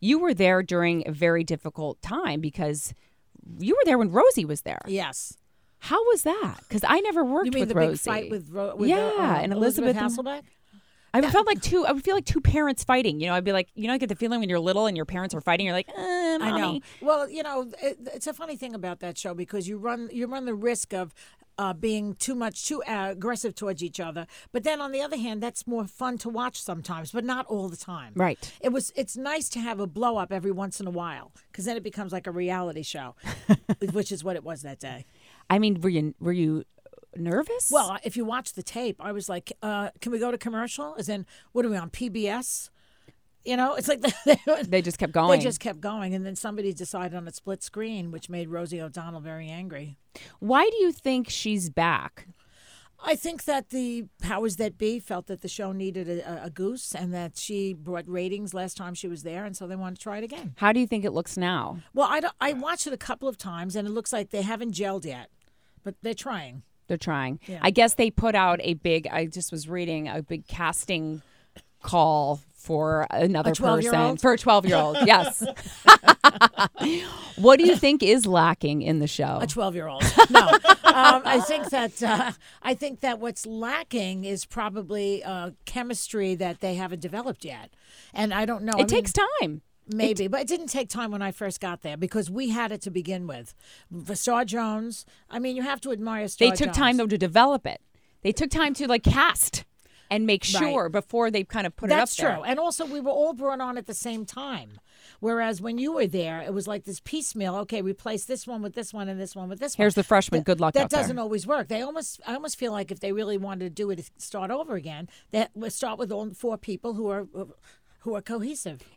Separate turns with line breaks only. you were there during a very difficult time because you were there when Rosie was there.
Yes.
How was that? Because I never worked
You mean
with
the
Rosie.
big fight with, Ro- with
yeah,
the, uh,
and
Elizabeth,
Elizabeth, and-
Hasselbeck?
I felt like two. I would feel like two parents fighting. You know, I'd be like, you know, I get the feeling when you're little and your parents are fighting. You're like, eh,
I know.
mommy.
Well, you know, it, it's a funny thing about that show because you run you run the risk of uh, being too much too uh, aggressive towards each other. But then on the other hand, that's more fun to watch sometimes, but not all the time.
Right.
It was. It's nice to have a blow up every once in a while because then it becomes like a reality show, which is what it was that day.
I mean, were you were you nervous?
Well, if you watch the tape, I was like, uh, "Can we go to commercial?" As in, what are we on PBS? You know, it's like they,
they just kept
They
going.
just kept going, and then somebody decided on a split screen, which made Rosie O'Donnell very angry.
Why do you think she's back?
I think that the powers that be felt that the show needed a, a goose, and that she brought ratings last time she was there, and so they want to try it again.
How do you think it looks now?
Well, I, don't, I watched it a couple of times, and it looks like they haven't gelled yet, but they're trying.
They're trying. I guess they put out a big. I just was reading a big casting call for another
12-year-old?
person for a 12 year old. Yes. what do you think is lacking in the show?
A twelve-year-old. No, um, I think that uh, I think that what's lacking is probably uh, chemistry that they haven't developed yet, and I don't know. I
it
mean-
takes time.
Maybe, but it didn't take time when I first got there because we had it to begin with. For Star Jones, I mean, you have to admire Star
They took time though to develop it. They took time to like cast and make
Right.
sure before they kind of put
That's
it up
true. And also, we were all brought on at the same time. Whereas when you were there, it was like this piecemeal. Okay, replace this one with this one and this one with this one.
Here's the freshman.
That-
Good luck
That
out there.
doesn't always work. They almost, I almost feel like if they really wanted to do it, start over again, that would start with all four people who are who are cohesive.